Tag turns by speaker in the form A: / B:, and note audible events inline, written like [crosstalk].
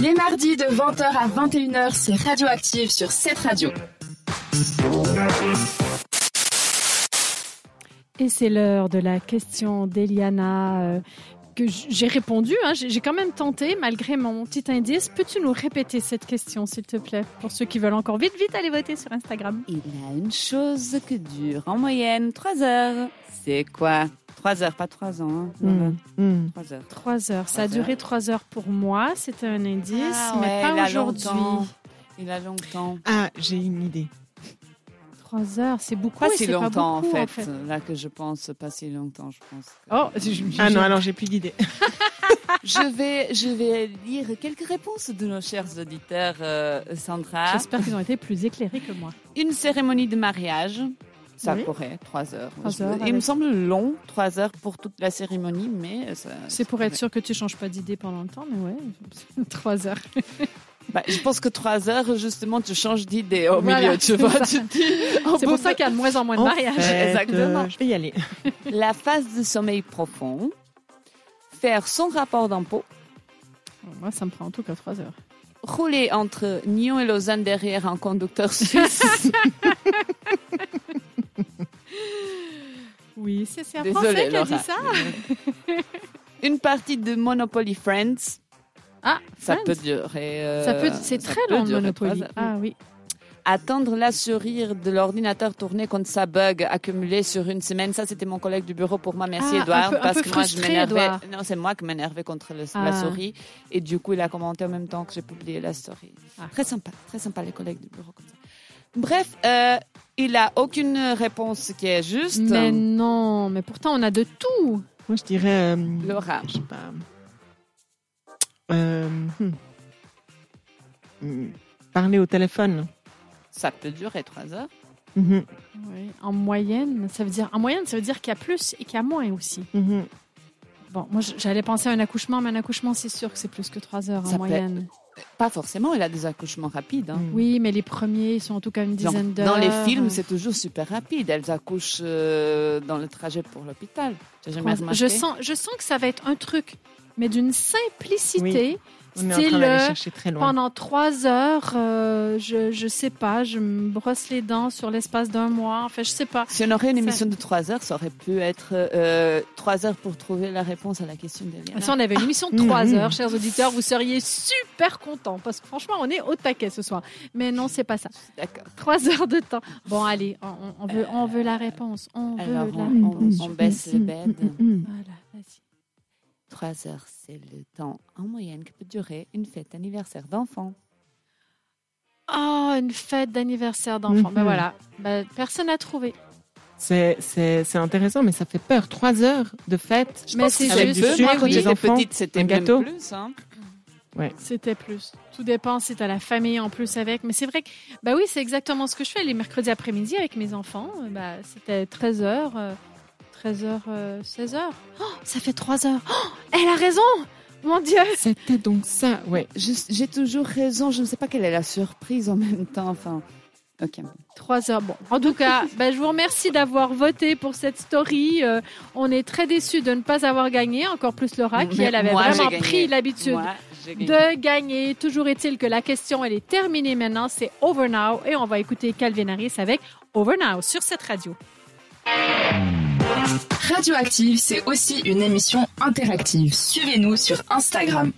A: Les mardis de 20h à 21h, c'est Radioactive sur cette radio.
B: Et c'est l'heure de la question d'Eliana. euh, que j- j'ai répondu, hein, j'ai j'ai quand même tenté malgré mon petit indice. Peux-tu nous répéter cette question, s'il te plaît, pour ceux qui veulent encore vite, vite aller voter sur Instagram
C: Il y a une chose que dure en moyenne 3 heures. C'est quoi 3 heures, pas 3 ans. Hein.
B: Hmm, hmm.
C: 3 heures.
B: Trois heures. Ça a
C: Trois
B: duré trois heures pour moi. C'était un indice,
C: Ah ouais,
B: mais
C: il a
B: pas aujourd'hui.
C: longtemps. Il a longtemps.
D: Ah, j'ai une idée.
B: Trois heures, c'est beaucoup.
C: Pas
B: et
C: si
B: c'est pas
C: longtemps
B: beaucoup,
C: en, fait, Là que je pense, pas si longtemps, je pense. que-
B: Oh, je- je-
D: Ah non, alors j'ai plus d'idée.
C: Je vais, je vais lire quelques réponses de nos chers auditeurs, euh, Sandra.
B: J'espère qu'ils ont été plus éclairés que moi.
C: Une cérémonie de mariage. Ça
B: Oui.
C: pourrait, trois heures.
B: Trois
C: Je-
B: heures
C: Il me
B: avec-
C: semble long, trois heures pour toute la cérémonie, mais ça-
B: C'est pour être sûr que tu changes pas d'idée pendant le temps, mais ouais, [laughs] trois heures.
C: Bah, je pense que trois heures, justement, tu changes d'idée au
B: Voilà,
C: milieu, tu
B: c'est
C: vois.
B: ça.
C: Tu te dis, au
B: C'est
C: bout
B: pour ça qu'il y a de moins en moins de
D: En
B: mariages. [laughs]
D: fait,
C: Exactement.
D: euh, je vais y aller.
C: de- La phase de sommeil profond, faire son rapport d'impôt,
B: Moi, ça me prend en tout cas trois heures.
C: rouler entre Nyon et Lausanne derrière un conducteur [laughs] suisse.
B: Oui, c'est c'est un Français
C: Désolée,
B: qui a
C: Laura.
B: dit ça.
C: Une partie de Monopoly Friends.
B: Ah,
C: Ça
B: Friends.
C: peut durer. euh,
B: Ça peut, c'est
C: ça
B: très
C: peut
B: long le
C: durer
B: Monopoly.
C: trois heures.
B: Ah oui.
C: Attendre la surrire de l'ordinateur tourné quand ça bug accumulé sur une semaine. Ça, c'était mon collègue du bureau pour moi. Merci,
B: Ah, un
C: Edouard.
B: peu- un
C: parce
B: peu
C: que moi, je
B: frustré,
C: m'énervais.
B: Edouard.
C: Non, c'est moi qui m'énervais contre le-
B: Ah.
C: la souris. Et du coup, il a commenté en même temps que j'ai publié la story.
B: Ah.
C: Très sympa, très sympa, les collègues du bureau. Comme ça. Bref, euh, il a aucune réponse qui est juste.
B: Mais non, mais pourtant on a de tout.
D: Moi, je dirais. euh,
C: Laura.
D: Je sais pas. Euh, hmm. Hmm. Parler au téléphone.
C: Ça peut durer trois heures.
D: Mhm,
B: Oui, En moyenne, ça veut dire en moyenne, ça veut dire qu'il y a plus et qu'il y a moins aussi.
D: mhm.
B: Bon, moi j- j'allais penser à un accouchement, mais un accouchement, c'est sûr que c'est plus que trois heures en
C: Ça peut-
B: moyenne.
C: Pas forcément, il a des accouchements rapides. hein.
D: Mm.
B: Oui, mais les premiers ils sont en tout cas une
C: Dans-
B: dizaine d'heures. euh,
C: Dans les films, c'est toujours super rapide. Elles accouchent euh, dans le trajet pour l'hôpital. T'as jamais
B: Trois-
C: remarqué
B: Je sens, je sens que ça va être un truc, mais d'une simplicité.
D: Mm. On est en train
B: Style,
D: d'aller
B: euh,
D: chercher très loin.
B: Pendant trois heures, euh, je, je sais pas, je me brosse les dents sur l'espace d'un mois. Enfin, je sais pas.
C: Si on aurait une
B: Ça-
C: émission de 3 heures, ça aurait pu être euh, 3 heures pour trouver la réponse à la question d'Eliana.
B: Si Ah, on avait une émission de
D: Mmh,
B: trois
D: mmh.
B: heures, chers auditeurs, vous seriez super contents parce que franchement, on est au taquet ce soir. Mais non, c'est pas ça.
C: D'accord.
B: Trois heures de temps. Bon, allez, on, on- on veut, on veut la réponse. On
C: Alors,
B: veut la Mm,
C: on, on-
B: réponse.
C: on baisse les
B: mm.
C: bêtes.
D: Mhm.
B: Voilà, vas-y.
C: 3 heures, c'est le temps en moyenne que peut durer une fête anniversaire d'enfant.
B: Oh, une fête d'anniversaire d'enfant.
D: Mhm.
B: Ben voilà, Ben, personne n'a trouvé.
D: C'est- C'est c'est intéressant, mais ça fait peur. Trois heures de fête.
B: Mais c'est
D: avec
B: juste-
D: du
B: moi,
D: sucre,
B: quand
D: des
B: j'étais
D: enfants.
C: petite, c'était
D: un
C: même
D: gâteau.
C: plus. hein.
B: C'était plus. Tout dépend si t'as la famille en plus avec. Mais c'est vrai que, bah oui, c'est exactement ce que je fais les mercredis après-midi avec mes enfants. Euh, Bah, c'était euh, 13h, 13h, 16h. Oh, ça fait 3h. elle a raison! Mon Dieu!
D: C'était donc ça, ouais.
C: Je- J'ai toujours raison, je ne sais pas quelle est la surprise en même temps. Enfin, ok.
B: 3 heures. Bon, en tout
C: [laughs]
B: cas, ben, je vous remercie d'avoir voté pour cette story. Euh, on est très déçus de ne pas avoir gagné, encore plus Laura, qui
C: Mais
B: elle avait
C: moi, j'ai
B: vraiment
C: gagné.
B: pris l'habitude
C: Moi, j'ai gagné.
B: de gagner. Toujours est-il que la question, elle est terminée maintenant. C'est Over Now et on va écouter Calvin Harris avec Over Now sur cette radio.
A: Radioactive, c'est aussi une émission interactive. Suivez-nous sur Instagram.